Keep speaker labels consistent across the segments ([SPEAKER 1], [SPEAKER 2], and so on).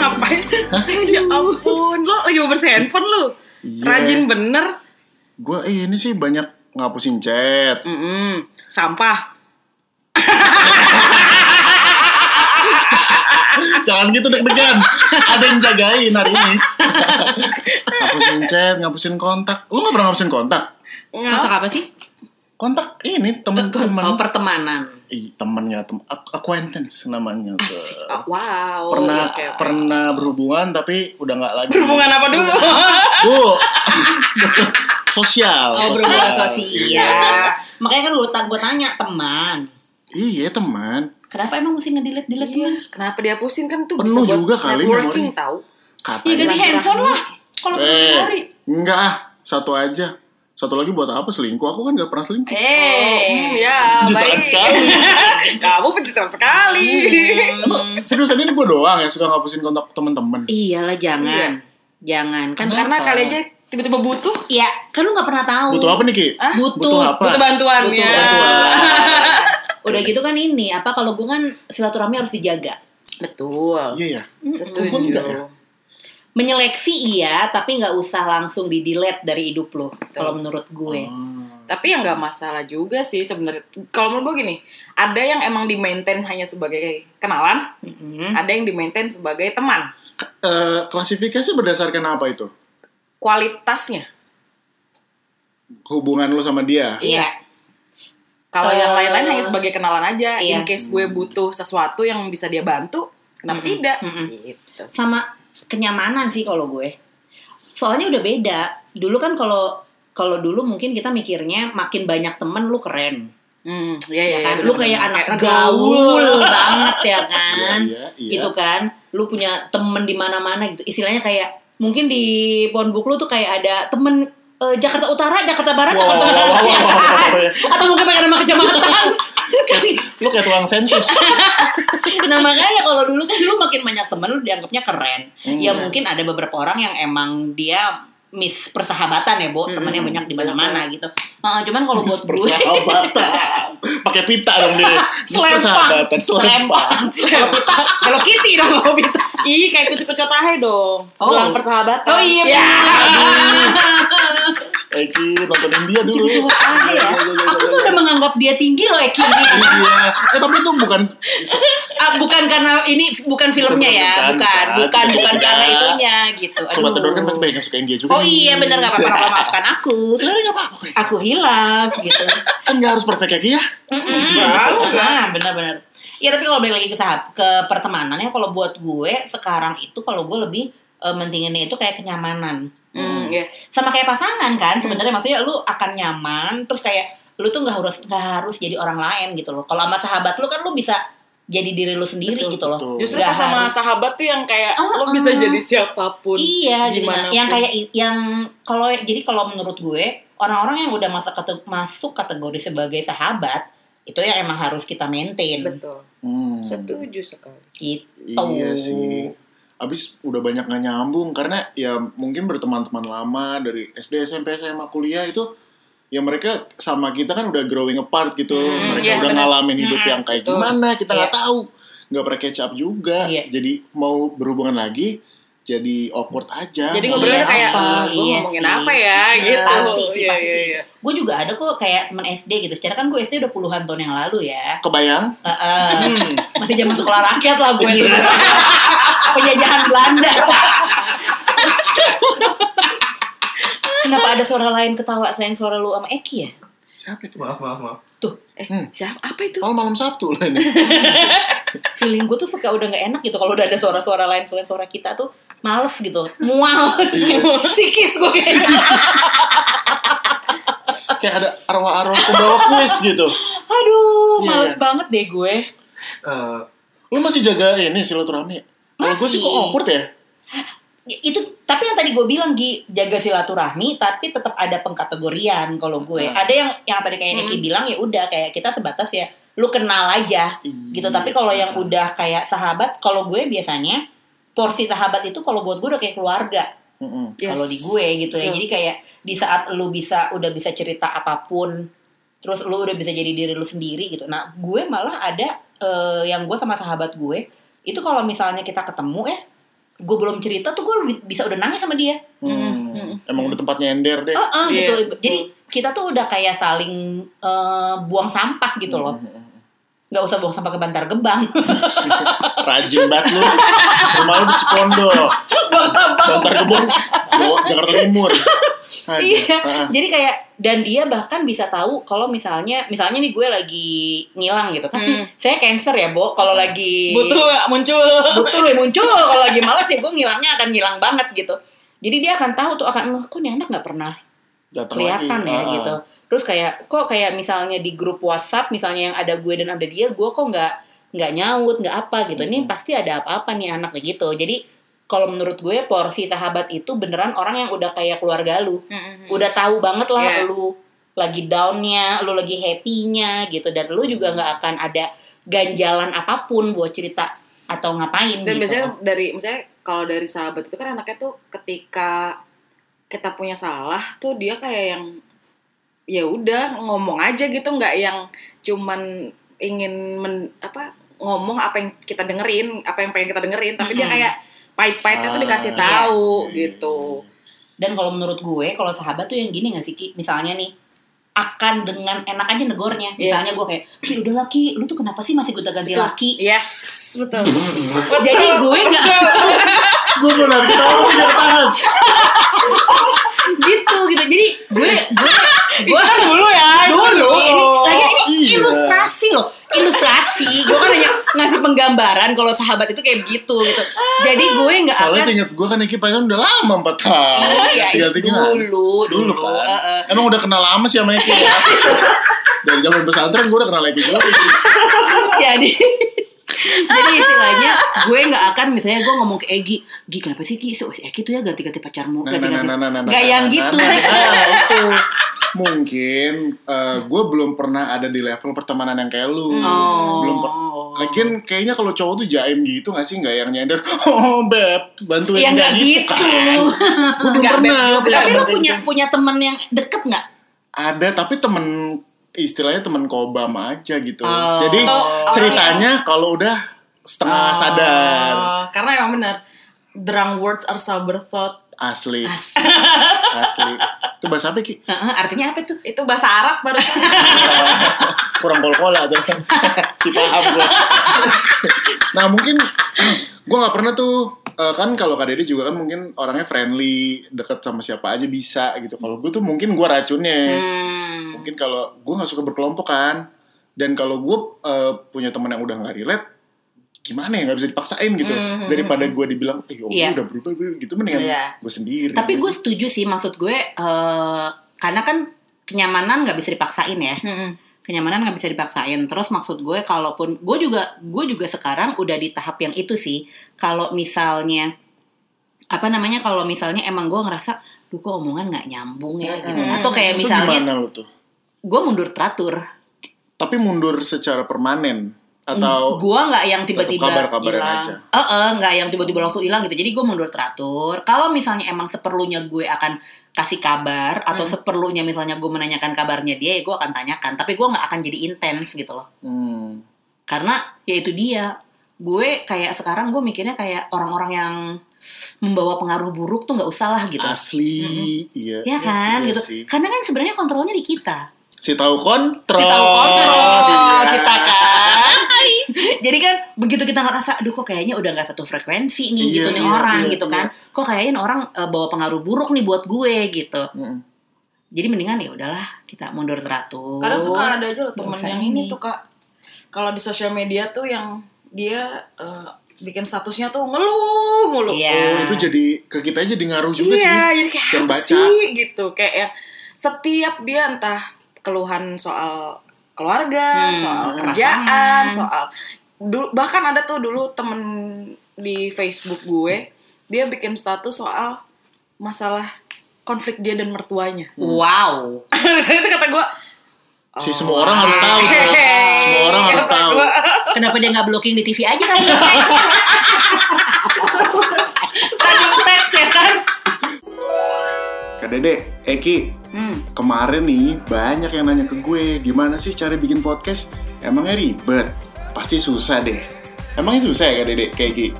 [SPEAKER 1] Hah?
[SPEAKER 2] ya ampun, lo lagi mau handphone lo.
[SPEAKER 3] Iya.
[SPEAKER 2] Rajin bener.
[SPEAKER 3] Gue "Eh, ini sih banyak ngapusin chat.
[SPEAKER 2] Mm-mm. Sampah.
[SPEAKER 3] Jangan gitu deg-degan. Ada yang jagain hari ini. ngapusin chat, ngapusin kontak. Lu nggak pernah ngapusin kontak?
[SPEAKER 2] Nggak.
[SPEAKER 1] Kontak apa sih?
[SPEAKER 3] Kontak ini temen-temen.
[SPEAKER 1] Oh, pertemanan.
[SPEAKER 3] Ih, temennya tem ac- acquaintance namanya tuh.
[SPEAKER 1] Asik.
[SPEAKER 2] Oh, wow.
[SPEAKER 3] pernah
[SPEAKER 2] Oke, oke.
[SPEAKER 3] pernah berhubungan tapi udah nggak lagi.
[SPEAKER 2] Berhubungan apa dulu?
[SPEAKER 3] Bu. sosial.
[SPEAKER 1] Oh, berhubungan sosial.
[SPEAKER 2] Iya.
[SPEAKER 1] Makanya kan gue gue tanya teman.
[SPEAKER 3] Iya teman.
[SPEAKER 1] Kenapa emang mesti ngedelete delete
[SPEAKER 2] Iya, Kenapa dihapusin kan tuh
[SPEAKER 3] Penuh
[SPEAKER 2] bisa buat
[SPEAKER 3] juga kali
[SPEAKER 2] networking
[SPEAKER 3] memori.
[SPEAKER 2] tahu.
[SPEAKER 1] Iya ganti
[SPEAKER 3] Katanya.
[SPEAKER 2] kan?
[SPEAKER 1] handphone lah. Kalau perlu
[SPEAKER 3] Eh,
[SPEAKER 1] memori.
[SPEAKER 3] enggak ah. Satu aja. Satu lagi buat apa selingkuh? Aku kan nggak pernah selingkuh.
[SPEAKER 1] Eh.
[SPEAKER 2] Hmm, ya,
[SPEAKER 3] Jutaan
[SPEAKER 2] baik.
[SPEAKER 3] sekali. Hmm.
[SPEAKER 2] Kamu penjutaan sekali.
[SPEAKER 1] Emang-
[SPEAKER 3] Seriusan ini gue doang yang suka ngapusin kontak temen-temen.
[SPEAKER 1] Iyalah jangan. Jangan kan
[SPEAKER 3] Kenapa?
[SPEAKER 2] Karena kali aja tiba-tiba butuh.
[SPEAKER 1] Iya, kan lu gak pernah tahu.
[SPEAKER 3] Butuh apa nih Ki?
[SPEAKER 2] Hah?
[SPEAKER 1] Butuh.
[SPEAKER 3] Butuh apa?
[SPEAKER 2] Butuh bantuan
[SPEAKER 1] Butuh
[SPEAKER 2] ya.
[SPEAKER 1] bantuan. Udah gitu kan ini, apa kalau gue kan silaturahmi harus dijaga.
[SPEAKER 2] Betul.
[SPEAKER 3] Iya ya.
[SPEAKER 2] Setuju.
[SPEAKER 3] Kok enggak ya?
[SPEAKER 1] Menyeleksi iya, tapi nggak usah langsung di delete dari hidup lo. Kalau menurut gue.
[SPEAKER 2] Tapi ya nggak masalah juga sih sebenarnya. Kalau menurut gue gini, ada yang emang di maintain hanya sebagai kenalan,
[SPEAKER 1] Mm-mm.
[SPEAKER 2] ada yang di maintain sebagai teman.
[SPEAKER 3] Eh, klasifikasi berdasarkan apa itu?
[SPEAKER 2] Kualitasnya.
[SPEAKER 3] Hubungan lo sama dia.
[SPEAKER 1] Iya.
[SPEAKER 2] Kalau
[SPEAKER 1] Eh,
[SPEAKER 2] yang lain-lain hanya sebagai kenalan aja.
[SPEAKER 1] iya.
[SPEAKER 2] In case gue butuh sesuatu yang bisa dia bantu, kenapa
[SPEAKER 1] Mm-mm.
[SPEAKER 2] tidak?
[SPEAKER 1] Mm-mm.
[SPEAKER 2] Gitu.
[SPEAKER 1] sama kenyamanan sih kalau gue. Soalnya udah beda. Dulu kan kalau kalau dulu mungkin kita mikirnya makin banyak temen lu keren,
[SPEAKER 2] Hmm, iya,
[SPEAKER 1] ya
[SPEAKER 2] iya,
[SPEAKER 1] kan?
[SPEAKER 2] iya,
[SPEAKER 1] lu
[SPEAKER 2] benar-benar.
[SPEAKER 1] kayak anak
[SPEAKER 2] Kayak
[SPEAKER 1] gaul banget ya
[SPEAKER 3] Iya,
[SPEAKER 1] kan?
[SPEAKER 3] iya, iya.
[SPEAKER 1] Gitu kan? Lu punya temen di mana-mana gitu. Istilahnya kayak mungkin di Bonbuk lu tuh kayak ada temen eh, Jakarta Utara, Jakarta Barat,
[SPEAKER 3] Wow, wow, wow,
[SPEAKER 1] Jakarta
[SPEAKER 3] wow, wow, wow, wow.
[SPEAKER 1] atau mungkin pengen nama kecamatan.
[SPEAKER 3] Lo kayak tukang sensus.
[SPEAKER 1] Iya. Nah makanya kalau dulu kan lu makin banyak temen lu dianggapnya keren.
[SPEAKER 3] Hmm.
[SPEAKER 1] Ya mungkin ada beberapa orang yang emang dia miss persahabatan ya, Bo. Temennya
[SPEAKER 3] Hmm.
[SPEAKER 1] banyak di mana-mana gitu. Nah, cuman kalau buat gue
[SPEAKER 3] persahabatan. Pakai pita dong dia. Miss
[SPEAKER 1] Selempang,
[SPEAKER 3] persahabatan, selempang.
[SPEAKER 1] Kalau pita, kalau kitty dong kalau pita.
[SPEAKER 2] Ih, kayak kucut-kucut aja dong.
[SPEAKER 1] Oh.
[SPEAKER 2] Gelang persahabatan.
[SPEAKER 1] Oh iya,
[SPEAKER 2] Ya.
[SPEAKER 3] Eki Eh, nontonin dia dulu.
[SPEAKER 1] Cucu ah,
[SPEAKER 3] Iya,
[SPEAKER 1] ya.
[SPEAKER 3] iya, iya,
[SPEAKER 1] Aku
[SPEAKER 3] iya,
[SPEAKER 1] tuh
[SPEAKER 3] iya.
[SPEAKER 1] udah menganggap dia tinggi loh ya, Eki.
[SPEAKER 3] Iya. Eh tapi itu bukan
[SPEAKER 1] Ah, bukan karena ini bukan filmnya
[SPEAKER 3] Bukan,
[SPEAKER 1] ya, bukan,
[SPEAKER 3] bukan.
[SPEAKER 1] bukan, bukan
[SPEAKER 3] Iya.
[SPEAKER 1] karena itunya gitu.
[SPEAKER 3] sobat
[SPEAKER 1] Aduh.
[SPEAKER 3] Tedor kan pasti banyak yang sukain dia juga.
[SPEAKER 1] Oh iya bener gak apa-apa kalau maafkan aku
[SPEAKER 3] Sebenarnya nggak apa-apa. Eki.
[SPEAKER 1] Aku hilaf gitu
[SPEAKER 3] Kan nggak harus perfect Eki ya.
[SPEAKER 1] Nah, benar-benar. Ya tapi kalau balik lagi ke sahab, ke pertemanannya kalau buat gue sekarang itu kalau gue lebih eh, mentinginnya itu kayak kenyamanan.
[SPEAKER 2] Hmm, iya.
[SPEAKER 1] Sama kayak pasangan kan sebenarnya maksudnya lu akan nyaman terus kayak lu tuh nggak harus nggak harus jadi orang lain gitu loh. Kalau sama sahabat lu kan lu bisa jadi diri lu sendiri
[SPEAKER 2] Betul,
[SPEAKER 1] gitu loh.
[SPEAKER 3] betul.
[SPEAKER 2] Justru
[SPEAKER 1] Nggak
[SPEAKER 2] pas sama
[SPEAKER 1] harus-
[SPEAKER 2] sahabat tuh yang kayak
[SPEAKER 1] Ah,
[SPEAKER 2] lo bisa
[SPEAKER 1] ah.
[SPEAKER 2] jadi siapapun.
[SPEAKER 1] Iya, jadi
[SPEAKER 2] Gimana
[SPEAKER 1] yang
[SPEAKER 2] pun.
[SPEAKER 1] kayak i- yang kalau jadi kalau menurut gue orang-orang yang udah masuk kate- masuk kategori sebagai sahabat itu yang emang harus kita maintain
[SPEAKER 2] Betul.
[SPEAKER 3] Hmm.
[SPEAKER 2] Setuju sekali.
[SPEAKER 1] gitu.
[SPEAKER 3] Iya sih. Abis udah banyak nggak nyambung karena ya mungkin berteman-teman lama dari SD, SMP, SMA, kuliah itu ya mereka sama kita kan udah growing apart gitu.
[SPEAKER 1] Hmm,
[SPEAKER 3] mereka
[SPEAKER 2] iya,
[SPEAKER 3] udah
[SPEAKER 2] benar.
[SPEAKER 3] ngalamin hidup
[SPEAKER 1] Hmm,
[SPEAKER 3] yang kayak
[SPEAKER 2] betul.
[SPEAKER 3] gimana kita nggak
[SPEAKER 1] Iya.
[SPEAKER 3] tahu, nggak pernah catch up juga.
[SPEAKER 1] Iya.
[SPEAKER 3] Jadi mau berhubungan lagi jadi awkward aja.
[SPEAKER 2] Jadi
[SPEAKER 3] mau
[SPEAKER 2] ngobrolnya
[SPEAKER 3] ngomongin
[SPEAKER 2] kayak,
[SPEAKER 3] apa.
[SPEAKER 2] "Eh, gue
[SPEAKER 1] Iya
[SPEAKER 2] ngomongin
[SPEAKER 1] sih.
[SPEAKER 2] apa ya,
[SPEAKER 3] "Hmm, Iya,
[SPEAKER 2] gitu.
[SPEAKER 1] pasti sih,
[SPEAKER 2] Iya,
[SPEAKER 1] pasti
[SPEAKER 2] iya,
[SPEAKER 1] sih.
[SPEAKER 2] iya.
[SPEAKER 1] Gue juga ada kok kayak teman SD gitu. Secara kan gue SD udah puluhan tahun yang lalu ya.
[SPEAKER 3] kebayang.
[SPEAKER 1] Heeh. Masih zaman sekolah rakyat lah gue. tuh. Penjajahan Belanda. Kenapa ada suara lain ketawa selain suara lu sama Eki ya?
[SPEAKER 3] Siapa itu?
[SPEAKER 4] Maaf, maaf, maaf.
[SPEAKER 2] Eh,
[SPEAKER 3] Hmm.
[SPEAKER 2] siapa? Apa itu?
[SPEAKER 3] Malam malam Sabtu lah ini.
[SPEAKER 1] Feeling gue tuh suka udah gak enak gitu kalau udah ada suara-suara lain selain suara kita tuh males gitu. Mual.
[SPEAKER 2] Oh,
[SPEAKER 1] Sikis gue kayaknya.
[SPEAKER 3] kayak ada arwah-arwah pembawa kuis gitu.
[SPEAKER 1] Aduh,
[SPEAKER 3] Iya,
[SPEAKER 1] males
[SPEAKER 3] iya.
[SPEAKER 1] banget deh gue.
[SPEAKER 4] Eh,
[SPEAKER 3] Lu masih jaga ini silaturahmi? Kalau gue sih kok
[SPEAKER 1] Masih.
[SPEAKER 3] awkward ya?
[SPEAKER 1] itu tapi yang tadi gue bilang Gi jaga silaturahmi tapi tetap ada pengkategorian kalau gue
[SPEAKER 3] Nah.
[SPEAKER 1] ada yang yang tadi kayak Eki bilang ya udah kayak kita sebatas ya lu kenal aja gitu tapi kalau yang
[SPEAKER 3] udah
[SPEAKER 1] udah kayak sahabat kalau gue biasanya porsi sahabat itu kalau buat gue udah kayak keluarga
[SPEAKER 3] Mm-mm.
[SPEAKER 2] Yes.
[SPEAKER 1] kalau di gue gitu ya
[SPEAKER 2] Betul.
[SPEAKER 1] jadi kayak di saat lu bisa udah bisa cerita apapun terus lu udah bisa jadi diri lu sendiri gitu nah gue malah ada eh, yang gue sama sahabat gue itu kalau misalnya kita ketemu ya gue belum cerita tuh gue bisa udah nangis sama dia
[SPEAKER 3] Hmm.
[SPEAKER 2] Hmm.
[SPEAKER 3] Emang udah tempatnya ender deh.
[SPEAKER 1] Eh, eh,
[SPEAKER 2] Iya.
[SPEAKER 1] gitu jadi kita tuh udah kayak saling eh, buang sampah gitu loh
[SPEAKER 3] Hmm.
[SPEAKER 1] nggak usah buang sampah ke bantar gebang
[SPEAKER 3] Rajin banget lu. Rumah lu di Cipondo.
[SPEAKER 1] buang sampah
[SPEAKER 3] Bantar Gebang, Jawa- Jakarta Timur. Aduh.
[SPEAKER 1] Iya.
[SPEAKER 3] Ah,
[SPEAKER 1] jadi kayak dan dia bahkan bisa tahu kalau misalnya misalnya nih gue lagi ngilang gitu kan
[SPEAKER 2] Hmm.
[SPEAKER 1] saya cancer ya bo kalau lagi
[SPEAKER 2] Butuh muncul.
[SPEAKER 1] butuh ya muncul kalau lagi malas ya gue ngilangnya akan ngilang banget gitu jadi dia akan tahu tuh akan loh kok nih anak nggak pernah
[SPEAKER 3] Datang
[SPEAKER 1] kelihatan
[SPEAKER 3] lagi.
[SPEAKER 1] ya
[SPEAKER 3] Ah, ah.
[SPEAKER 1] gitu terus kayak kok kayak misalnya di grup WhatsApp misalnya yang ada gue dan ada dia gue kok nggak nggak nyaut nggak apa gitu ini pasti ada apa-apa nih anak kayak gitu jadi kalau menurut gue porsi sahabat itu beneran orang yang udah kayak keluarga lu udah tahu banget lah
[SPEAKER 2] Iya.
[SPEAKER 1] lu lagi downnya, lu lagi happy-nya gitu dan lu juga nggak akan ada ganjalan apapun buat cerita atau ngapain
[SPEAKER 2] Dan
[SPEAKER 1] gitu.
[SPEAKER 2] biasanya dari misalnya kalau dari sahabat itu kan anaknya tuh ketika kita punya salah tuh dia kayak yang ya udah ngomong aja gitu nggak yang cuman ingin men- apa ngomong apa yang kita dengerin apa yang pengen kita dengerin tapi dia
[SPEAKER 1] Mm-mm.
[SPEAKER 2] kayak pahit-pahitnya tuh dikasih
[SPEAKER 3] Ah,
[SPEAKER 2] tahu
[SPEAKER 3] iya, iya,
[SPEAKER 2] gitu
[SPEAKER 1] Dan kalau menurut gue, kalau sahabat tuh yang gini nggak sih Ki? Misalnya nih akan dengan enak aja negornya.
[SPEAKER 2] Iya.
[SPEAKER 1] Misalnya gue kayak, "Ki, udah laki, lu tuh kenapa sih masih gonta-ganti
[SPEAKER 2] Betul.
[SPEAKER 1] laki?"
[SPEAKER 2] yes betul
[SPEAKER 1] Jadi gue nggak
[SPEAKER 3] Gue mau nanti tahu dia tahan.
[SPEAKER 1] gitu gitu. Jadi gue gue gue
[SPEAKER 2] kan dulu ya
[SPEAKER 1] dulu ini lagi ini
[SPEAKER 3] Iya.
[SPEAKER 1] ilustrasi loh ilustrasi gue kan hanya ngasih penggambaran kalau sahabat itu kayak gitu gitu jadi gue nggak
[SPEAKER 3] Soalnya
[SPEAKER 1] akan
[SPEAKER 3] seinget gue kan Nicky Python udah lama 4 tahun.
[SPEAKER 1] iya
[SPEAKER 3] Tiga
[SPEAKER 1] itu
[SPEAKER 3] tiga.
[SPEAKER 1] dulu
[SPEAKER 3] Dulu kan.
[SPEAKER 1] eh, eh.
[SPEAKER 3] Emang udah kenal lama sih sama Nicky ya. Dari zaman pesantren gue udah kenal Nicky juga sih.
[SPEAKER 1] jadi jadi istilahnya gue nggak akan misalnya gue ngomong ke Egi Gi kenapa sih Ki si si Egi tuh ya ganti-ganti pacarmu
[SPEAKER 3] Nah, nah, nah,
[SPEAKER 1] ganti-ganti
[SPEAKER 3] nah, nah, nah, nah,
[SPEAKER 1] nggak yang
[SPEAKER 3] nah,
[SPEAKER 1] gitu
[SPEAKER 3] nah, nah, nah, itu. Mungkin gue belum pernah ada di level pertemanan yang kayak lu.
[SPEAKER 1] oh
[SPEAKER 3] Belum per- Lagian kayaknya kalau cowok tuh jaim gitu gak sih? Gak yang nyender, oh beb, bantuin
[SPEAKER 1] ya nggak
[SPEAKER 3] nggak Iya,
[SPEAKER 1] gitu
[SPEAKER 3] Gue belum
[SPEAKER 2] Nggak, Beb,
[SPEAKER 3] pernah.
[SPEAKER 2] juga.
[SPEAKER 1] tapi lu
[SPEAKER 2] Nggak,
[SPEAKER 1] punya punya temen yang deket nggak
[SPEAKER 3] Ada, tapi temen istilahnya temen kobam aja gitu.
[SPEAKER 1] Oh. iya.
[SPEAKER 3] Jadi
[SPEAKER 2] Oh,
[SPEAKER 3] ceritanya kalau udah setengah sadar.
[SPEAKER 1] Oh.
[SPEAKER 2] Ah, karena emang benar drunk words are sober thought
[SPEAKER 3] Asli,
[SPEAKER 1] As-
[SPEAKER 3] asli. Itu bahasa apa, Ki?
[SPEAKER 1] Heeh, artinya apa tuh
[SPEAKER 2] itu bahasa Arab baru
[SPEAKER 3] kurang kol-kola tuh. si paham gua. nah mungkin gua nggak pernah tuh eh, kan kalau Kak Dede juga kan mungkin orangnya friendly deket sama siapa aja bisa gitu kalau gue tuh mungkin gua racunnya
[SPEAKER 1] Hmm.
[SPEAKER 3] mungkin kalau gua nggak suka berkelompok kan dan kalau gue punya teman yang udah nggak relate gimana ya nggak bisa dipaksain gitu
[SPEAKER 2] Mhm.
[SPEAKER 3] daripada gua dibilang eh oh,
[SPEAKER 1] Hmm. Iya.
[SPEAKER 3] udah berubah gue gitu mendingan
[SPEAKER 2] Iya.
[SPEAKER 3] gue sendiri
[SPEAKER 1] Tapi gue setuju sih maksud gue eh, karena kan kenyamanan nggak bisa dipaksain ya.
[SPEAKER 2] Mm-mm.
[SPEAKER 1] Kenyamanan nggak bisa dipaksain. Terus maksud gue kalaupun gue juga gue juga sekarang udah di tahap yang itu sih. Kalau misalnya apa namanya kalau misalnya emang gue ngerasa duh kok omongan nggak nyambung ya gitu
[SPEAKER 2] Mm-mm.
[SPEAKER 1] atau kayak
[SPEAKER 3] Hmm. Itu
[SPEAKER 1] misalnya
[SPEAKER 3] gimana lu tuh
[SPEAKER 1] gue mundur teratur
[SPEAKER 3] tapi mundur secara permanen atau
[SPEAKER 1] gue nggak yang tiba-tiba
[SPEAKER 3] kabar-kabaran
[SPEAKER 2] hilang.
[SPEAKER 3] aja
[SPEAKER 1] Eh, eh, nggak yang tiba-tiba langsung hilang gitu. Jadi gue mundur teratur. Kalau misalnya emang seperlunya gue akan kasih kabar atau
[SPEAKER 2] Hmm.
[SPEAKER 1] seperlunya misalnya gue menanyakan kabarnya dia, ya gue akan tanyakan. Tapi gue nggak akan jadi intens gitu loh.
[SPEAKER 3] Hmm.
[SPEAKER 1] Karena ya itu dia. Gue kayak sekarang gue mikirnya kayak orang-orang yang membawa pengaruh buruk tuh nggak usah lah gitu.
[SPEAKER 3] Asli, iya.
[SPEAKER 1] ya kan
[SPEAKER 3] iya
[SPEAKER 1] gitu.
[SPEAKER 3] sih.
[SPEAKER 1] Karena kan sebenarnya kontrolnya di kita.
[SPEAKER 3] Si tahu kontrol.
[SPEAKER 1] Kita kontrol
[SPEAKER 3] Iya.
[SPEAKER 1] kita kan. Jadi kan begitu kita ngerasa aduh kok kayaknya udah nggak satu frekuensi nih
[SPEAKER 3] Iya,
[SPEAKER 1] gitu nih
[SPEAKER 3] iya,
[SPEAKER 1] orang
[SPEAKER 3] iya,
[SPEAKER 1] gitu
[SPEAKER 3] iya.
[SPEAKER 1] kan. Kok kayaknya nih orang eh, bawa pengaruh buruk nih buat gue gitu.
[SPEAKER 3] Mm-mm.
[SPEAKER 1] Jadi mendingan ya udahlah kita mundur teratur.
[SPEAKER 2] kadang suka ada aja loh temen
[SPEAKER 1] Nggak usah
[SPEAKER 2] yang
[SPEAKER 1] Oh, ini.
[SPEAKER 2] ini tuh kak kalau di sosial media tuh yang dia eh, bikin statusnya tuh ngeluh mulu
[SPEAKER 1] Iya.
[SPEAKER 3] Oh, itu jadi ke kita jadi ngaruh juga
[SPEAKER 2] iya
[SPEAKER 3] sih.
[SPEAKER 2] jadi kayak
[SPEAKER 3] Yang
[SPEAKER 2] apa
[SPEAKER 3] baca.
[SPEAKER 2] sih gitu kayak yang setiap dia entah keluhan soal keluarga
[SPEAKER 1] Hmm,
[SPEAKER 2] soal
[SPEAKER 1] pasangan.
[SPEAKER 2] kerjaan soal dulu- bahkan ada tuh dulu temen di Facebook gue dia bikin status soal masalah konflik dia dan mertuanya
[SPEAKER 1] Wow.
[SPEAKER 2] itu kata gue
[SPEAKER 3] Si semua orang harus
[SPEAKER 1] Oh.
[SPEAKER 3] tahu. tuh. Semua orang harus tahu.
[SPEAKER 1] Kenapa dia nggak blocking di TV aja kali? ya?
[SPEAKER 2] Tadi teks ya kan.
[SPEAKER 3] Kak Dede, Eki,
[SPEAKER 1] hmm.
[SPEAKER 3] kemarin nih banyak yang nanya ke gue, gimana sih cara bikin podcast? Emangnya ribet? Pasti susah deh. Emangnya susah ya Kak Dede kayak gini?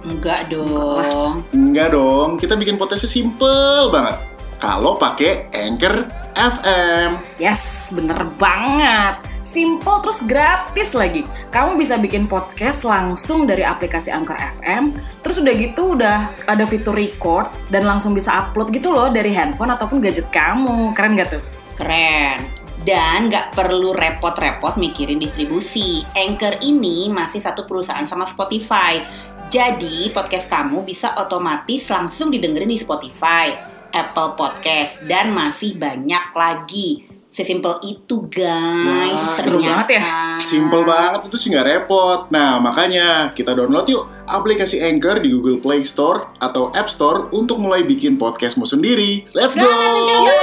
[SPEAKER 2] Enggak
[SPEAKER 1] Enggak dong.
[SPEAKER 3] Enggak dong, kita bikin podcastnya simple banget. Kalau pakai Anchor FM.
[SPEAKER 2] Yes, bener banget. Simple terus gratis lagi. Kamu bisa bikin podcast langsung dari aplikasi Anchor FM. Terus udah gitu udah ada fitur record dan langsung bisa upload gitu loh dari handphone ataupun gadget kamu. Keren gak tuh?
[SPEAKER 1] Keren. Dan nggak perlu repot-repot mikirin distribusi. Anchor ini masih satu perusahaan sama Spotify. Jadi podcast kamu bisa otomatis langsung didengerin di Spotify, Apple Podcast, dan masih banyak lagi. Sesimpel itu guys.
[SPEAKER 3] Wah,
[SPEAKER 2] seru banget ya.
[SPEAKER 1] ternyata.
[SPEAKER 3] Simple banget itu sih nggak repot. Nah makanya kita download yuk aplikasi Anchor di Google Play Store atau App Store untuk mulai bikin podcastmu sendiri. Let's go!
[SPEAKER 1] Jangan tuh coba.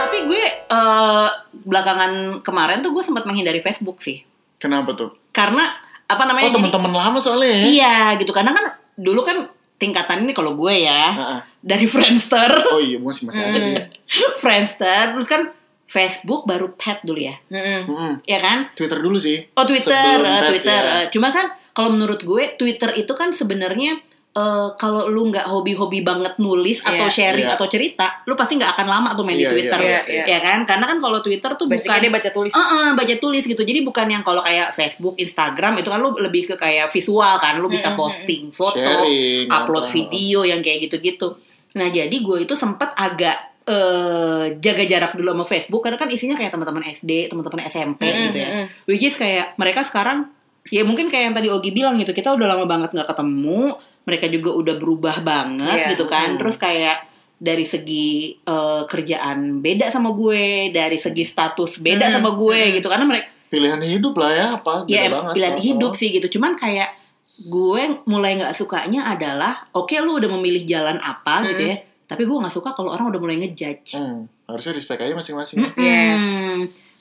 [SPEAKER 1] Tapi gue eh, belakangan kemarin tuh gue sempat menghindari Facebook sih.
[SPEAKER 3] Kenapa tuh?
[SPEAKER 1] Oh, Karena apa
[SPEAKER 3] Oh
[SPEAKER 1] namanya? jadi-
[SPEAKER 3] teman-teman lama soalnya ya?
[SPEAKER 1] Iya gitu karena kan dulu kan tingkatan ini kalau gue ya
[SPEAKER 3] Ah, ah.
[SPEAKER 1] dari Friendster,
[SPEAKER 3] Oh iya masih masih ada
[SPEAKER 2] Hmm.
[SPEAKER 3] dia.
[SPEAKER 1] Friendster terus kan Facebook baru Pet dulu ya,
[SPEAKER 3] Mm-mm.
[SPEAKER 1] ya kan?
[SPEAKER 3] Twitter dulu sih.
[SPEAKER 1] Oh Twitter,
[SPEAKER 3] Hmm. Sebelum
[SPEAKER 1] eh,
[SPEAKER 3] Pet,
[SPEAKER 1] Twitter.
[SPEAKER 3] ya.
[SPEAKER 1] eh, Cuman kan kalau menurut gue Twitter itu kan sebenarnya eh, kalau lu nggak hobi-hobi banget nulis
[SPEAKER 2] Iya.
[SPEAKER 1] atau sharing
[SPEAKER 3] Iya.
[SPEAKER 1] atau cerita, lu pasti nggak akan lama tuh main
[SPEAKER 3] Iya,
[SPEAKER 1] di Twitter,
[SPEAKER 2] iya, iya.
[SPEAKER 1] ya kan? Karena kan kalau Twitter tuh bukan
[SPEAKER 2] Basicnya dia baca tulis.
[SPEAKER 1] Heeh, baca tulis gitu. Jadi bukan yang kalau kayak Facebook, Instagram itu kan lu lebih ke kayak visual kan, lu bisa
[SPEAKER 2] Mm, mm,
[SPEAKER 1] posting foto,
[SPEAKER 3] Sharing,
[SPEAKER 1] upload
[SPEAKER 3] apa.
[SPEAKER 1] video yang kayak gitu-gitu. Nah, jadi gue itu sempet agak eh, jaga jarak dulu sama Facebook karena kan isinya kayak teman-teman SD, teman-teman SMP
[SPEAKER 2] Mm-mm,
[SPEAKER 1] gitu ya.
[SPEAKER 2] mm-mm.
[SPEAKER 1] Which is kayak mereka sekarang ya mungkin kayak yang tadi Ogi bilang gitu, kita udah lama banget nggak ketemu, mereka juga udah berubah banget
[SPEAKER 2] Iya.
[SPEAKER 1] gitu kan. Terus kayak dari segi eh, kerjaan beda sama gue, dari segi status beda
[SPEAKER 2] Hmm.
[SPEAKER 1] sama gue
[SPEAKER 2] Hmm.
[SPEAKER 1] gitu karena mereka
[SPEAKER 3] Pilihan hidup lah ya apa?
[SPEAKER 1] ya
[SPEAKER 3] Beda
[SPEAKER 1] em-
[SPEAKER 3] banget.
[SPEAKER 1] pilihan
[SPEAKER 3] Oh,
[SPEAKER 1] hidup sih gitu. Cuman kayak gue mulai nggak sukanya adalah oke lu udah memilih jalan apa gitu
[SPEAKER 2] Hmm.
[SPEAKER 1] ya, tapi gue nggak suka kalau orang udah mulai ngejudge.
[SPEAKER 3] Hmm, harusnya respect aja masing-masing.
[SPEAKER 1] Mm-mm.
[SPEAKER 2] Yes.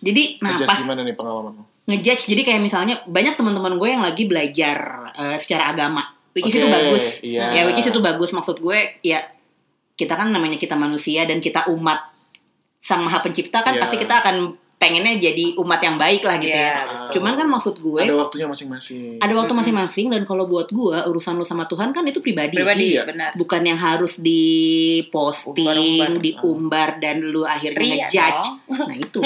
[SPEAKER 1] Jadi Hmm, nah
[SPEAKER 3] Ngejudge
[SPEAKER 1] pas
[SPEAKER 3] gimana nih pengalamanmu?
[SPEAKER 1] ngejudge jadi kayak misalnya banyak teman-teman gue yang lagi belajar eh, secara agama which
[SPEAKER 3] Oke,
[SPEAKER 1] is itu bagus
[SPEAKER 3] iya.
[SPEAKER 1] ya which is itu bagus maksud gue ya kita kan namanya kita manusia dan kita umat sang maha pencipta kan
[SPEAKER 3] Iya.
[SPEAKER 1] pasti kita akan pengennya jadi umat yang baik lah gitu
[SPEAKER 2] Iya,
[SPEAKER 1] ya
[SPEAKER 3] betul.
[SPEAKER 1] cuman kan maksud gue
[SPEAKER 3] Ada
[SPEAKER 1] ada,
[SPEAKER 3] waktunya masing-masing.
[SPEAKER 1] waktu
[SPEAKER 2] Mm-mm.
[SPEAKER 1] masing-masing dan kalau buat gue urusan lu sama Tuhan kan itu pribadi,
[SPEAKER 2] Pribadi,
[SPEAKER 3] Iya.
[SPEAKER 2] benar.
[SPEAKER 1] bukan yang harus diposting
[SPEAKER 2] Umbar-umbar.
[SPEAKER 1] diumbar dan lu
[SPEAKER 2] Ria
[SPEAKER 1] akhirnya ngejudge
[SPEAKER 2] dong.
[SPEAKER 1] Nah itu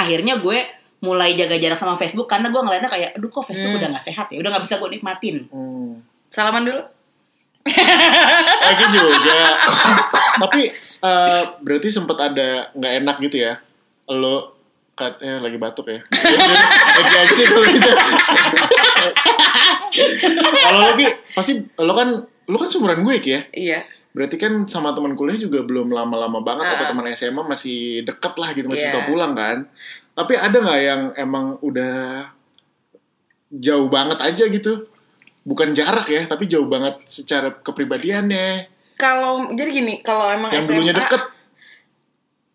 [SPEAKER 1] Akhirnya gue mulai jaga jarak sama Facebook Karena gue ngeliatnya kayak Aduh kok Facebook
[SPEAKER 2] Hmm.
[SPEAKER 1] udah gak sehat ya Udah gak bisa gue nikmatin
[SPEAKER 3] Hmm.
[SPEAKER 2] Salaman dulu.
[SPEAKER 3] Lagi juga. Tapi eh, berarti sempat ada nggak enak gitu ya? Lo kan eh, lagi batuk ya? Lagi aja deh kalau gitu. Kalau lagi pasti lo kan lo kan seumuran gue Ki, ya.
[SPEAKER 2] Iya.
[SPEAKER 3] Berarti kan sama teman kuliah juga belum lama-lama banget atau
[SPEAKER 2] Ah.
[SPEAKER 3] teman SMA masih deket lah gitu masih
[SPEAKER 2] Iya.
[SPEAKER 3] suka pulang kan. Tapi ada nggak yang emang udah jauh banget aja gitu? Bukan jarak ya, tapi jauh banget secara kepribadiannya.
[SPEAKER 2] Kalau jadi gini, kalau emang
[SPEAKER 3] yang
[SPEAKER 2] SMA,
[SPEAKER 3] dulunya deket.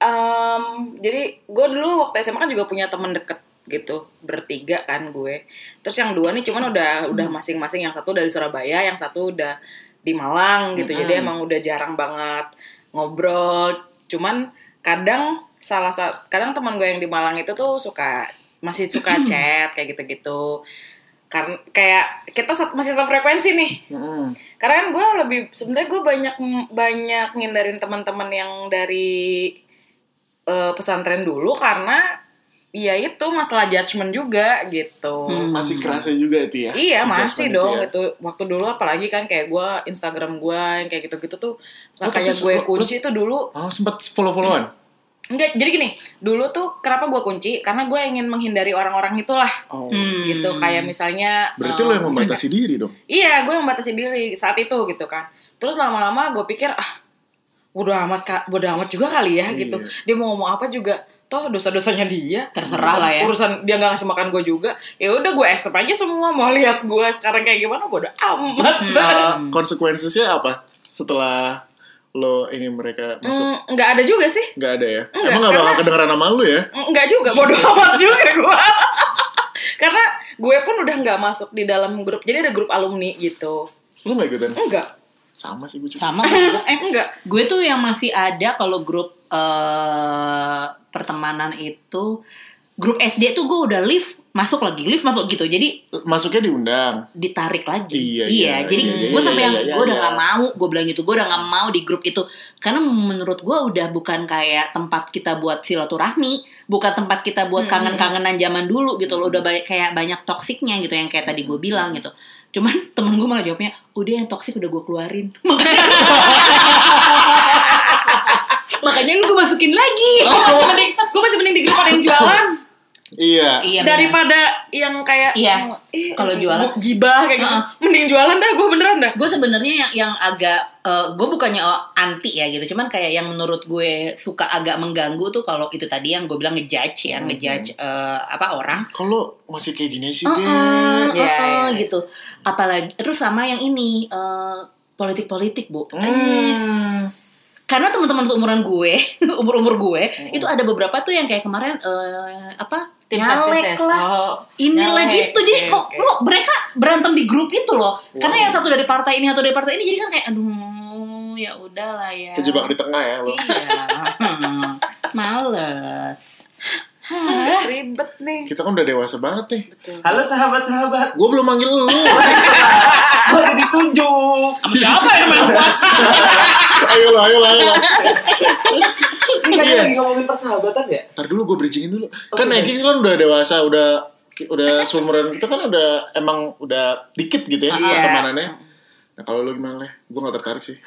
[SPEAKER 2] Em, jadi gue dulu waktu SMA kan juga punya temen deket gitu bertiga kan gue terus yang dua nih cuman udah udah masing-masing yang satu dari Surabaya yang satu udah di Malang gitu jadi
[SPEAKER 3] Mm-mm.
[SPEAKER 2] emang udah jarang banget ngobrol cuman kadang salah sa- kadang teman gue yang di Malang itu tuh suka masih suka chat kayak gitu-gitu karena kayak kita sat- masih satu frekuensi nih
[SPEAKER 3] Mm-mm.
[SPEAKER 2] karena kan gue lebih sebenarnya gue banyak banyak ngindarin teman-teman yang dari eh, pesantren dulu karena ya itu masalah judgement juga gitu
[SPEAKER 1] Hmm.
[SPEAKER 3] Masih kerasa juga itu ya.
[SPEAKER 2] Iya
[SPEAKER 3] si
[SPEAKER 2] masih
[SPEAKER 3] judgement
[SPEAKER 2] dong
[SPEAKER 3] itu ya.
[SPEAKER 2] gitu waktu dulu apalagi kan kayak gue Instagram gue yang kayak gitu-gitu tuh
[SPEAKER 3] Oh, tapi
[SPEAKER 2] makanya
[SPEAKER 3] su-
[SPEAKER 2] gue
[SPEAKER 3] lo-
[SPEAKER 2] kunci tuh dulu
[SPEAKER 3] Oh sempat follow-followan.
[SPEAKER 2] enggak jadi gini dulu tuh kenapa gue kunci karena gue ingin menghindari orang-orang itulah
[SPEAKER 3] Oh.
[SPEAKER 1] Hmm.
[SPEAKER 2] gitu kayak misalnya
[SPEAKER 3] Berarti
[SPEAKER 2] eh,
[SPEAKER 3] lo yang membatasi diri dong.
[SPEAKER 2] Iya, gue membatasi diri saat itu gitu kan. Terus lama-lama gue pikir ah bodo amat Kak. bodo amat juga kali ya
[SPEAKER 3] Iya.
[SPEAKER 2] gitu. Dia mau ngomong apa juga toh dosa-dosanya dia.
[SPEAKER 1] Terserah lah ya.
[SPEAKER 2] Urusan dia nggak ngasih makan gue juga. Ya udah gue accept aja semua mau lihat gue sekarang kayak gimana bodo amat.
[SPEAKER 3] Nah, konsekuensinya apa setelah lo ini mereka masuk?
[SPEAKER 2] Hmm, Nggak ada juga sih.
[SPEAKER 3] Nggak ada ya?
[SPEAKER 2] Nggak,
[SPEAKER 3] Emang nggak bakal
[SPEAKER 2] karena-
[SPEAKER 3] kedengeran nama lo ya?
[SPEAKER 2] Enggak juga, bodo amat juga gue. Karena gue pun udah nggak masuk di dalam grup. Jadi ada grup alumni gitu.
[SPEAKER 3] Lo nggak ikutan?
[SPEAKER 2] Enggak.
[SPEAKER 3] Sama sih gue juga.
[SPEAKER 1] Sama gue. Eh
[SPEAKER 2] Enggak.
[SPEAKER 1] gue tuh yang masih ada kalau grup eh pertemanan itu Grup SD tuh gue udah leave masuk lagi lift masuk gitu jadi
[SPEAKER 3] Eh, masuknya diundang
[SPEAKER 1] ditarik lagi
[SPEAKER 3] Iya, iya,
[SPEAKER 1] jadi
[SPEAKER 2] iya,
[SPEAKER 1] gue
[SPEAKER 2] iya,
[SPEAKER 1] sampai
[SPEAKER 3] iya,
[SPEAKER 1] yang
[SPEAKER 3] iya,
[SPEAKER 1] gue udah
[SPEAKER 3] iya.
[SPEAKER 1] nggak mau gue bilang gitu gue udah nggak mau di grup itu karena menurut gue udah bukan kayak tempat kita buat silaturahmi bukan tempat kita buat
[SPEAKER 2] Mm-mm.
[SPEAKER 1] kangen-kangenan zaman dulu gitu loh udah ba- kayak banyak toksiknya gitu yang kayak tadi gue bilang gitu cuman temen gue malah jawabnya udah yang toksik udah gue keluarin makanya makanya lu gue masukin lagi
[SPEAKER 2] Gue mending, gue masih mending di grup ada yang jualan
[SPEAKER 3] iya
[SPEAKER 1] Oh. iya benar.
[SPEAKER 2] daripada yang kayak
[SPEAKER 1] Iya.
[SPEAKER 2] eh,
[SPEAKER 1] Kalau jualan.
[SPEAKER 2] bu- gibah kayak gitu.
[SPEAKER 1] Heeh.
[SPEAKER 2] Mending jualan dah, gue beneran dah.
[SPEAKER 1] gue sebenarnya yang yang agak gue bukannya uh, anti ya gitu cuman kayak yang menurut gue suka agak mengganggu tuh kalau itu tadi yang gue bilang ngejudge ya
[SPEAKER 3] Hmm,
[SPEAKER 1] ngejudge uh, apa orang
[SPEAKER 3] kalau masih kayak gini sih
[SPEAKER 2] Gitu. Iya,
[SPEAKER 3] Dek.
[SPEAKER 1] Heeh, heeh,
[SPEAKER 2] iya, iya.
[SPEAKER 1] gitu apalagi terus sama yang ini uh, politik-politik bu
[SPEAKER 2] Hmm.
[SPEAKER 3] Hmm.
[SPEAKER 1] karena teman-teman umuran gue umur-umur gue
[SPEAKER 3] Mm.
[SPEAKER 1] itu ada beberapa tuh yang kayak kemarin eh, apa
[SPEAKER 2] Hmm. Tim ses, tim
[SPEAKER 1] nyalek
[SPEAKER 2] ses.
[SPEAKER 1] lah
[SPEAKER 2] Oh.
[SPEAKER 1] inilah
[SPEAKER 2] Nyalek.
[SPEAKER 1] gitu jadi
[SPEAKER 2] Oke,
[SPEAKER 1] kok
[SPEAKER 2] oke.
[SPEAKER 1] kok mereka berantem di grup itu loh karena
[SPEAKER 3] Wow.
[SPEAKER 1] yang satu dari partai ini satu dari partai ini jadi kan kayak aduh ya udahlah ya
[SPEAKER 3] kejebak di tengah ya lo
[SPEAKER 1] iya Hmm, males Hah.
[SPEAKER 2] Ribet nih.
[SPEAKER 3] kita kan udah dewasa banget nih
[SPEAKER 2] Betul.
[SPEAKER 4] Halo sahabat-sahabat,
[SPEAKER 3] gue belum manggil lu
[SPEAKER 4] baru ditunjuk.
[SPEAKER 1] Sama siapa yang main puasa Iya.
[SPEAKER 3] ayo lah ayo lah ayo lah.
[SPEAKER 4] Ini kan
[SPEAKER 3] Iya.
[SPEAKER 4] lagi ngomongin persahabatan ya?
[SPEAKER 3] Ntar dulu gue bridgingin dulu. Kan
[SPEAKER 4] Oke.
[SPEAKER 3] Egi kan udah dewasa, udah udah seumuran kita kan udah emang udah dikit gitu ya
[SPEAKER 2] Iya.
[SPEAKER 3] pertemanannya. Nah kalau lu gimana leh? Gue gak tertarik sih.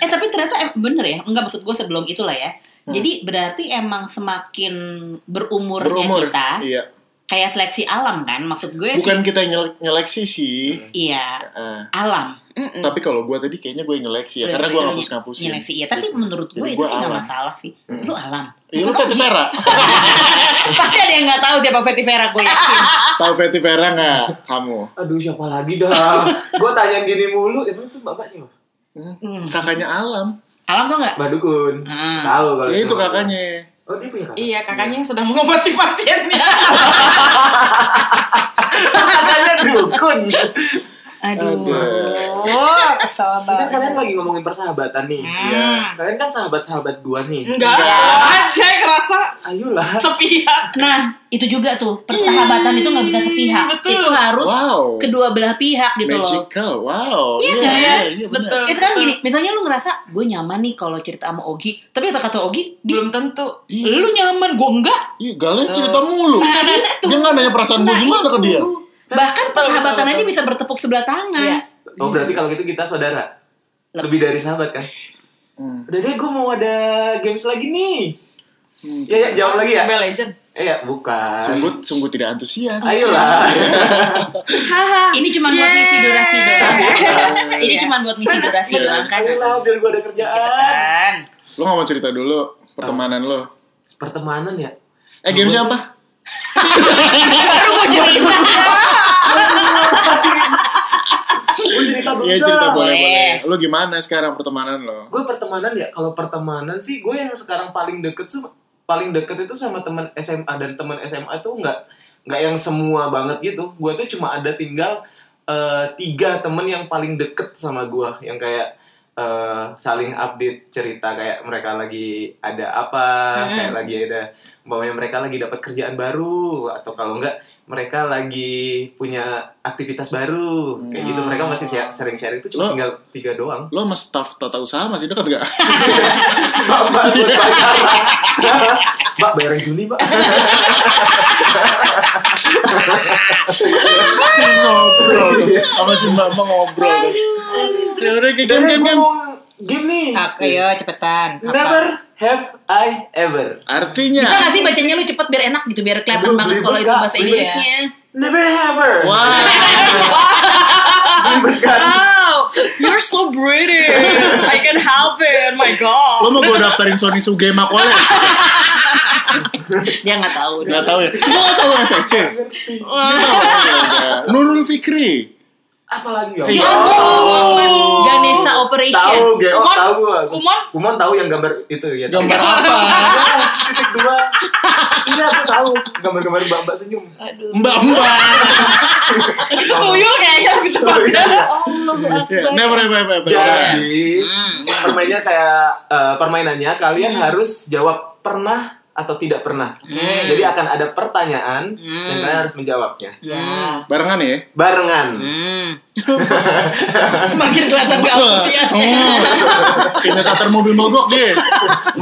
[SPEAKER 1] eh tapi ternyata em- bener ya enggak maksud gue sebelum itulah ya
[SPEAKER 3] Hmm.
[SPEAKER 1] jadi berarti emang semakin berumurnya kita
[SPEAKER 3] Iya.
[SPEAKER 1] kayak seleksi alam kan maksud gue
[SPEAKER 3] Bukan
[SPEAKER 1] sih
[SPEAKER 3] kita yang nyele- nyeleksi sih.
[SPEAKER 1] iya
[SPEAKER 3] Ah,
[SPEAKER 1] alam
[SPEAKER 2] Mm-mm.
[SPEAKER 3] Tapi kalau gue tadi kayaknya gue yang nyeleksi ya,
[SPEAKER 1] Iya,
[SPEAKER 3] karena gue
[SPEAKER 1] iya,
[SPEAKER 3] ngapus ngapusin.
[SPEAKER 1] nyeleksi iya tapi menurut gue
[SPEAKER 3] Jadi
[SPEAKER 1] itu
[SPEAKER 3] gua
[SPEAKER 1] sih nggak
[SPEAKER 3] alam.
[SPEAKER 1] masalah sih
[SPEAKER 3] Mm.
[SPEAKER 1] lu alam
[SPEAKER 3] Iya lu Fetty Vera,
[SPEAKER 1] Pasti ada yang nggak tahu siapa Fetty Vera gue yakin.
[SPEAKER 3] tahu Fetty Vera nggak kamu?
[SPEAKER 4] Aduh siapa lagi dah? gue tanya gini mulu, emang itu bapak siapa?
[SPEAKER 3] Hmm,
[SPEAKER 1] Hmm.
[SPEAKER 3] Kakaknya Alam,
[SPEAKER 1] Alam tau nggak?
[SPEAKER 4] Mbak Dukun.
[SPEAKER 1] Ah.
[SPEAKER 4] Tahu kalau
[SPEAKER 3] ya itu kakaknya.
[SPEAKER 4] Oh dia punya kakak.
[SPEAKER 2] Iya, kakaknya yang sedang mengobati pasiennya.
[SPEAKER 4] kakaknya Dukun.
[SPEAKER 1] Aduh.
[SPEAKER 3] Aduh.
[SPEAKER 1] Wah, kesel
[SPEAKER 4] Kan
[SPEAKER 1] banget.
[SPEAKER 4] kalian lagi ngomongin persahabatan nih.
[SPEAKER 3] Iya.
[SPEAKER 1] Hmm.
[SPEAKER 4] Kalian kan sahabat-sahabat gua nih.
[SPEAKER 2] Enggak,
[SPEAKER 1] Iya.
[SPEAKER 2] aja kerasa
[SPEAKER 4] Ayolah.
[SPEAKER 2] sepihak.
[SPEAKER 1] Nah, itu juga tuh persahabatan itu nggak bisa sepihak.
[SPEAKER 2] Betul.
[SPEAKER 1] Itu harus
[SPEAKER 3] Wow,
[SPEAKER 1] kedua belah pihak gitu loh.
[SPEAKER 3] magical, wow. Iya,
[SPEAKER 1] kan?
[SPEAKER 3] benar.
[SPEAKER 2] Betul.
[SPEAKER 1] Itu kan gini, misalnya lu ngerasa gue nyaman nih kalau cerita sama Ogi, tapi kata kata Ogi, di,
[SPEAKER 2] Belum tentu.
[SPEAKER 3] Iya, Nah,
[SPEAKER 1] lu nyaman, gue enggak.
[SPEAKER 3] iya, Galih cerita mulu. Dia nggak nanya perasaan gue
[SPEAKER 1] Nah,
[SPEAKER 3] gimana ke
[SPEAKER 1] itu.
[SPEAKER 3] dia.
[SPEAKER 1] Bahkan
[SPEAKER 2] Betul,
[SPEAKER 1] persahabatan
[SPEAKER 2] betul,
[SPEAKER 1] aja
[SPEAKER 2] betul.
[SPEAKER 1] bisa bertepuk sebelah
[SPEAKER 2] Iya.
[SPEAKER 1] tangan.
[SPEAKER 4] Oh berarti kalau gitu kita saudara. Lebih dari sahabat kan?
[SPEAKER 3] Hmm.
[SPEAKER 4] Udah deh, gue mau ada games lagi nih.
[SPEAKER 3] Hmm.
[SPEAKER 4] Ya, ya, jawab lagi ya.
[SPEAKER 2] Mobile Legend.
[SPEAKER 4] Eh, ya, bukan.
[SPEAKER 3] Sungguh, sungguh tidak antusias.
[SPEAKER 4] Ayolah.
[SPEAKER 2] Haha.
[SPEAKER 1] Ini cuma buat ngisi
[SPEAKER 2] Yeay.
[SPEAKER 1] durasi doang. Ini
[SPEAKER 2] Iya.
[SPEAKER 1] cuma buat ngisi durasi
[SPEAKER 3] Bener.
[SPEAKER 1] doang kan.
[SPEAKER 4] Ayolah, biar gue ada kerjaan.
[SPEAKER 2] Iya.
[SPEAKER 1] Cepetan.
[SPEAKER 3] Lo nggak mau cerita dulu pertemanan lo?
[SPEAKER 4] Pertemanan ya?
[SPEAKER 3] Eh, gamesnya apa?
[SPEAKER 1] Baru mau cerita.
[SPEAKER 4] Gue cerita dulu
[SPEAKER 3] Iya cerita
[SPEAKER 4] dong.
[SPEAKER 3] boleh boleh.
[SPEAKER 1] Boleh.
[SPEAKER 3] Lo gimana sekarang pertemanan lo?
[SPEAKER 4] Gue pertemanan ya, kalau pertemanan sih gue yang sekarang paling deket tuh paling deket itu sama teman SMA dan teman SMA tuh nggak nggak yang semua banget gitu. Gue tuh cuma ada tinggal eh, tiga temen yang paling deket sama gue, yang kayak eh, saling update cerita kayak mereka lagi ada apa,
[SPEAKER 2] Hmm.
[SPEAKER 4] kayak lagi ada umpamanya mereka lagi dapat kerjaan baru atau kalau enggak mereka lagi punya aktivitas baru kayak gitu
[SPEAKER 1] Hmm.
[SPEAKER 4] mereka masih sia- sering sharing itu
[SPEAKER 3] Lo-
[SPEAKER 4] cuma tinggal tiga doang
[SPEAKER 3] Lo sama staff tata usaha masih dekat gak?
[SPEAKER 4] Mbak, buat pacaran.
[SPEAKER 3] Iya.
[SPEAKER 4] Mbak, bayaran Juni, Mbak.
[SPEAKER 3] si ngobrol tuh. sama si mbak mbak ngobrol tuh. Ya udah game game game. game.
[SPEAKER 4] Ngomong game nih.
[SPEAKER 1] Aku
[SPEAKER 2] ya?
[SPEAKER 1] yo cepetan. Apa?
[SPEAKER 4] Iya. Never have I ever.
[SPEAKER 3] Artinya,
[SPEAKER 1] Bisa gak sih bacanya lu cepet biar enak gitu biar kelihatan
[SPEAKER 4] Aduh,
[SPEAKER 1] banget
[SPEAKER 4] belibet,
[SPEAKER 1] kalau itu
[SPEAKER 4] Kak,
[SPEAKER 1] bahasa
[SPEAKER 4] belibet.
[SPEAKER 1] Inggrisnya.
[SPEAKER 4] Never ever.
[SPEAKER 3] wah,
[SPEAKER 4] Ribet kan?
[SPEAKER 2] Wow, you're so British. I can help it. Oh My God.
[SPEAKER 3] lo mau gue daftarin Sony Sugema College?
[SPEAKER 1] Dia nggak tahu.
[SPEAKER 3] Gak
[SPEAKER 1] dia.
[SPEAKER 3] tau ya? Lo gak tau SSC? Dia tahu, ya udah. Nurul Fikri,
[SPEAKER 4] Apalagi ya?
[SPEAKER 1] Ya
[SPEAKER 3] Iya.
[SPEAKER 1] ampun, Ganesha Operation.
[SPEAKER 4] Tahu, Geo.
[SPEAKER 2] Kumon.
[SPEAKER 4] Tahu gua.
[SPEAKER 2] Kumon.
[SPEAKER 4] Kumon tahu yang gambar itu ya.
[SPEAKER 3] gambar apa?
[SPEAKER 4] Ah, Titik dua. Iya, aku tahu. Gambar-gambar mbak-mbak senyum.
[SPEAKER 1] Aduh.
[SPEAKER 3] Mbak Mbak.
[SPEAKER 2] Itu tuyul kayaknya gitu.
[SPEAKER 4] Sorry.
[SPEAKER 1] Allahu
[SPEAKER 3] Ya,
[SPEAKER 1] Akbar.
[SPEAKER 3] Never never never.
[SPEAKER 4] Jadi,
[SPEAKER 1] Hmm.
[SPEAKER 4] permainnya kayak eh, permainannya kalian harus jawab pernah atau tidak pernah.
[SPEAKER 1] Hmm.
[SPEAKER 4] Jadi akan ada pertanyaan dan kalian
[SPEAKER 1] Hmm.
[SPEAKER 4] harus menjawabnya.
[SPEAKER 1] Ya.
[SPEAKER 3] Barengan ya.
[SPEAKER 4] Barengan.
[SPEAKER 1] Hmm. Makin kelihatan gak
[SPEAKER 3] Wah,
[SPEAKER 1] antusias.
[SPEAKER 3] hmm. Kayaknya tatar mobil mogok deh.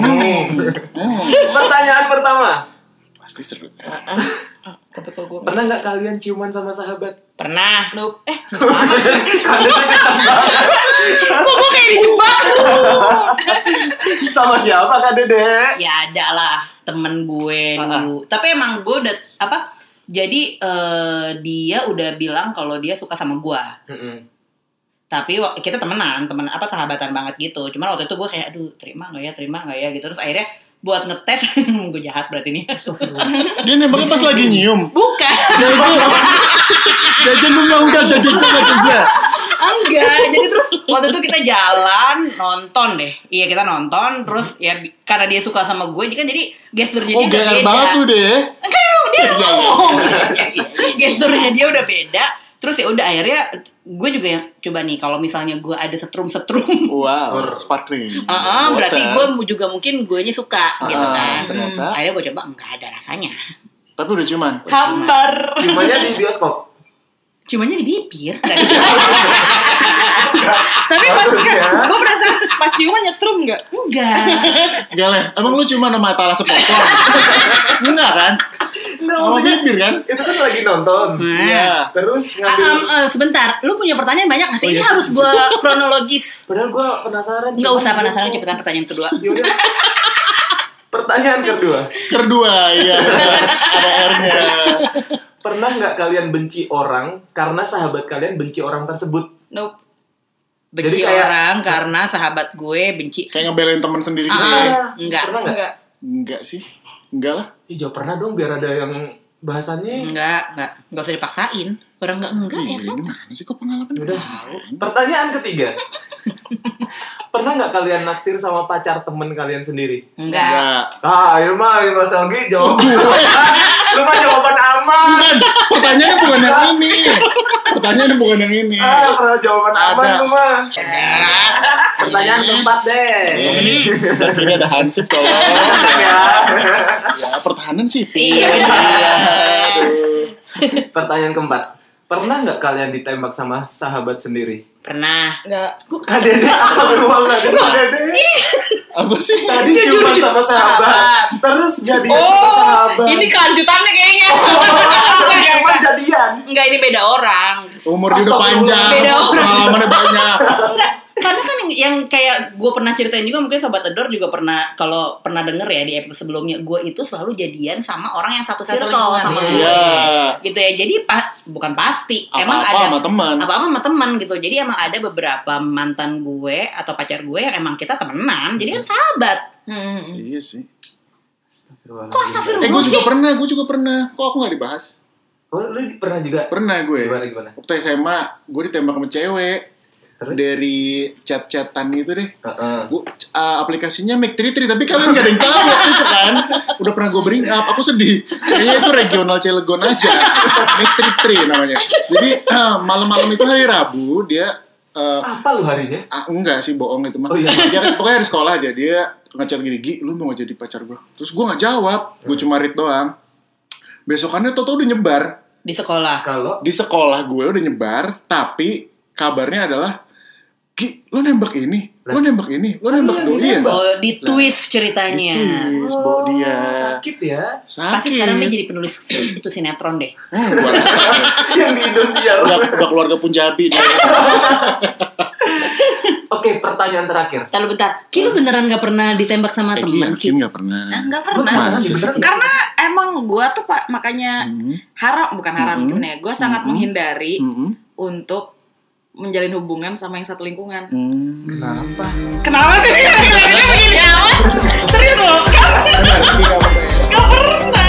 [SPEAKER 3] Hmm. Hmm.
[SPEAKER 4] Pertanyaan pertama,
[SPEAKER 3] Pasti seru.
[SPEAKER 2] Tapi kalau gue
[SPEAKER 4] pernah nggak kalian ciuman sama sahabat?
[SPEAKER 1] Pernah.
[SPEAKER 2] Nope. Eh,
[SPEAKER 4] Kalian itu sama,
[SPEAKER 1] Kok gue kayak dijebak?
[SPEAKER 4] sama siapa kak Dede?
[SPEAKER 1] ya ada lah temen gue dulu. Tapi emang gue udah apa? Jadi eh, dia udah bilang kalau dia suka sama gue. Hmm. tapi wa- kita temenan temen apa sahabatan banget gitu cuman waktu itu gue kayak aduh terima nggak ya terima nggak ya gitu terus akhirnya buat ngetes gue jahat berarti nih
[SPEAKER 3] Dia nembaknya pas lagi nyium.
[SPEAKER 1] bukan
[SPEAKER 3] Jajan. Jajan lu nggak udah jajan lu nggak kerja.
[SPEAKER 1] enggak jadi terus waktu itu kita jalan nonton deh iya kita nonton terus ya bi- karena dia suka sama gue dia kan jadi gesturnya
[SPEAKER 3] Oh
[SPEAKER 1] dia udah
[SPEAKER 3] gear
[SPEAKER 1] beda
[SPEAKER 3] banget tuh deh.
[SPEAKER 1] kan dia
[SPEAKER 3] Iya, iya.
[SPEAKER 1] ngomong iya. gesturnya dia udah beda terus ya udah akhirnya gue juga yang coba nih kalau misalnya gue ada setrum-setrum
[SPEAKER 3] Wow, sparkling.
[SPEAKER 1] Ah, ah, berarti gue juga mungkin gue suka gitu
[SPEAKER 3] Ah,
[SPEAKER 1] kan.
[SPEAKER 3] ternyata.
[SPEAKER 1] Akhirnya gue coba nggak ada rasanya.
[SPEAKER 3] Tapi udah cuman.
[SPEAKER 2] hambar.
[SPEAKER 4] Ciumannya di bioskop.
[SPEAKER 1] Cumanya di bibir.
[SPEAKER 2] Tapi pas gue merasa pas ciuman nyetrum nggak?
[SPEAKER 1] Enggak.
[SPEAKER 3] Enggak lah, Iya, emang lu cuma sama talas sepotong? Enggak kan?
[SPEAKER 4] Enggak
[SPEAKER 3] Sama bibir kan?
[SPEAKER 4] Itu kan lagi nonton.
[SPEAKER 3] Iya.
[SPEAKER 4] Terus
[SPEAKER 1] Ah,
[SPEAKER 4] ngambil.
[SPEAKER 1] em, eh, sebentar, lu punya pertanyaan banyak nggak sih?
[SPEAKER 3] Oh,
[SPEAKER 1] Ini
[SPEAKER 3] iya.
[SPEAKER 1] harus gue kronologis.
[SPEAKER 4] Padahal gue penasaran.
[SPEAKER 1] Nggak
[SPEAKER 4] cuman
[SPEAKER 1] usah penasaran
[SPEAKER 4] gua-
[SPEAKER 1] cepetan pertanyaan kedua.
[SPEAKER 4] Yaudah. Pertanyaan kedua,
[SPEAKER 3] Kedua, iya benar. Ada R-nya.
[SPEAKER 4] pernah nggak kalian benci orang karena sahabat kalian benci orang tersebut?
[SPEAKER 2] Nope.
[SPEAKER 1] Benci
[SPEAKER 4] Jadi kayak-
[SPEAKER 1] orang karena sahabat gue benci.
[SPEAKER 3] Kayak ngebelain teman sendiri gitu.
[SPEAKER 1] Ah.
[SPEAKER 3] ya.
[SPEAKER 1] Enggak.
[SPEAKER 4] Pernah nggak?
[SPEAKER 2] Enggak.
[SPEAKER 3] Enggak sih. Enggak lah.
[SPEAKER 4] Ih, jawab pernah dong biar ada yang bahasannya.
[SPEAKER 1] Enggak, enggak. Nggak usah dipaksain. Orang enggak enggak ya
[SPEAKER 3] Iya,
[SPEAKER 1] kan?
[SPEAKER 3] gimana sih kok pengalaman?
[SPEAKER 4] Udah.
[SPEAKER 3] Tahu.
[SPEAKER 4] Pertanyaan ketiga. pernah nggak kalian naksir sama pacar temen kalian sendiri?
[SPEAKER 1] Enggak.
[SPEAKER 3] Enggak.
[SPEAKER 4] Ah, ini mah ini Mas Anggi
[SPEAKER 3] Oh,
[SPEAKER 4] jawab.
[SPEAKER 3] gue.
[SPEAKER 4] Lu mah jawaban aman.
[SPEAKER 3] Bukan. Pertanyaannya bukan yang ini. Pertanyaannya bukan yang ini.
[SPEAKER 4] Ah, pernah jawaban aman
[SPEAKER 3] Iya. Ada.
[SPEAKER 4] lu mah.
[SPEAKER 1] Enggak.
[SPEAKER 4] Pertanyaan keempat deh.
[SPEAKER 3] Eh, sebelah kiri ada Hansip kalau
[SPEAKER 4] Iya.
[SPEAKER 3] ya, pertahanan sih. Eh,
[SPEAKER 1] Iya, benar.
[SPEAKER 3] Aduh.
[SPEAKER 4] Pertanyaan keempat. Pernah nggak kalian ditembak sama sahabat sendiri?
[SPEAKER 1] Pernah.
[SPEAKER 2] Enggak.
[SPEAKER 4] Kadede, astagfirullah. Kadede.
[SPEAKER 3] Apa sih?
[SPEAKER 4] Tadi
[SPEAKER 2] Jujur,
[SPEAKER 4] cuma
[SPEAKER 2] jujur.
[SPEAKER 4] sama sahabat,
[SPEAKER 2] Sahabat.
[SPEAKER 4] terus jadian sama
[SPEAKER 2] Oh,
[SPEAKER 4] sahabat.
[SPEAKER 2] ini kelanjutannya kayaknya.
[SPEAKER 4] Terus cuma jadian.
[SPEAKER 1] Enggak ini beda orang.
[SPEAKER 3] Umur dia udah panjang,
[SPEAKER 1] Beda orang.
[SPEAKER 3] pengalamannya banyak.
[SPEAKER 1] Enggak, karena kan yang, yang kayak gue pernah ceritain juga mungkin sobat Edor juga pernah kalau pernah denger ya di episode sebelumnya gue itu selalu jadian sama orang yang satu
[SPEAKER 2] Satu
[SPEAKER 1] circle
[SPEAKER 2] lingkungan,
[SPEAKER 1] sama
[SPEAKER 2] ya.
[SPEAKER 1] gue
[SPEAKER 3] Iya.
[SPEAKER 1] gitu ya jadi pa- bukan pasti
[SPEAKER 3] Apa
[SPEAKER 1] emang
[SPEAKER 3] apa
[SPEAKER 1] ada
[SPEAKER 3] sama teman.
[SPEAKER 1] apa apa sama teman gitu jadi emang ada beberapa mantan gue atau pacar gue yang emang kita temenan jadi kan sahabat
[SPEAKER 2] Hmm.
[SPEAKER 3] Iya sih.
[SPEAKER 1] kok
[SPEAKER 3] Eh, gue
[SPEAKER 1] astagfirullah
[SPEAKER 3] juga
[SPEAKER 1] sih
[SPEAKER 3] pernah, gue juga pernah. Kok aku nggak dibahas?
[SPEAKER 4] Oh, lu pernah juga?
[SPEAKER 3] Pernah gue.
[SPEAKER 4] Gimana gimana?
[SPEAKER 3] Waktu SMA, gue ditembak sama cewek
[SPEAKER 4] Terus?
[SPEAKER 3] dari chat-chatan gitu deh.
[SPEAKER 4] Heeh.
[SPEAKER 3] Gua, uh, aplikasinya Make Tritri tapi kalian gak ada yang tahu waktu itu kan udah pernah gue bring up aku sedih kayaknya itu regional Cilegon aja Make Tritri namanya jadi uh, malam-malam itu hari Rabu dia uh,
[SPEAKER 4] Apa lu harinya?
[SPEAKER 3] ah, enggak sih bohong itu mah
[SPEAKER 4] Oh, iya.
[SPEAKER 3] dia kan pokoknya hari sekolah aja dia ngechat gini Gi lu mau gak jadi pacar gue terus gue gak jawab gue cuma read doang besokannya Toto udah nyebar
[SPEAKER 1] di sekolah
[SPEAKER 4] Kalau
[SPEAKER 3] di sekolah gue udah nyebar tapi kabarnya adalah Ki, lo nembak ini, lo nembak ini, lo nembak doi ya?
[SPEAKER 1] oh, di twist ceritanya
[SPEAKER 3] Ditis, bawa dia.
[SPEAKER 4] Oh, sakit ya.
[SPEAKER 3] Sakit.
[SPEAKER 1] Oh. pasti sekarang dia jadi penulis itu sinetron deh
[SPEAKER 3] Hmm, gua rasa.
[SPEAKER 4] Yang di Indosiar.
[SPEAKER 3] udah, udah keluarga Punjabi dia.
[SPEAKER 4] Oke, pertanyaan terakhir.
[SPEAKER 1] Bentar, lu bentar. Ki lu beneran gak pernah ditembak sama
[SPEAKER 3] Eh, Ki,
[SPEAKER 1] temen Ki?
[SPEAKER 3] yakin nggak pernah.
[SPEAKER 2] Nah, enggak
[SPEAKER 4] Lu
[SPEAKER 2] pernah.
[SPEAKER 3] Masa
[SPEAKER 4] penasaran
[SPEAKER 3] sih?
[SPEAKER 4] beneran nggak?
[SPEAKER 2] Karena emang gue tuh pak makanya
[SPEAKER 3] Hmm,
[SPEAKER 2] haram bukan haram
[SPEAKER 3] Mm-mm.
[SPEAKER 2] gimana ya gue sangat
[SPEAKER 3] Mm-mm.
[SPEAKER 2] menghindari
[SPEAKER 3] hmm,
[SPEAKER 2] untuk menjalin hubungan sama yang satu lingkungan
[SPEAKER 3] hmm.
[SPEAKER 4] Kenapa?
[SPEAKER 2] kenapa sih ini lagi-lagi begini amat serius loh kan
[SPEAKER 3] Benar, Ki, nggak pernah.
[SPEAKER 2] gak pernah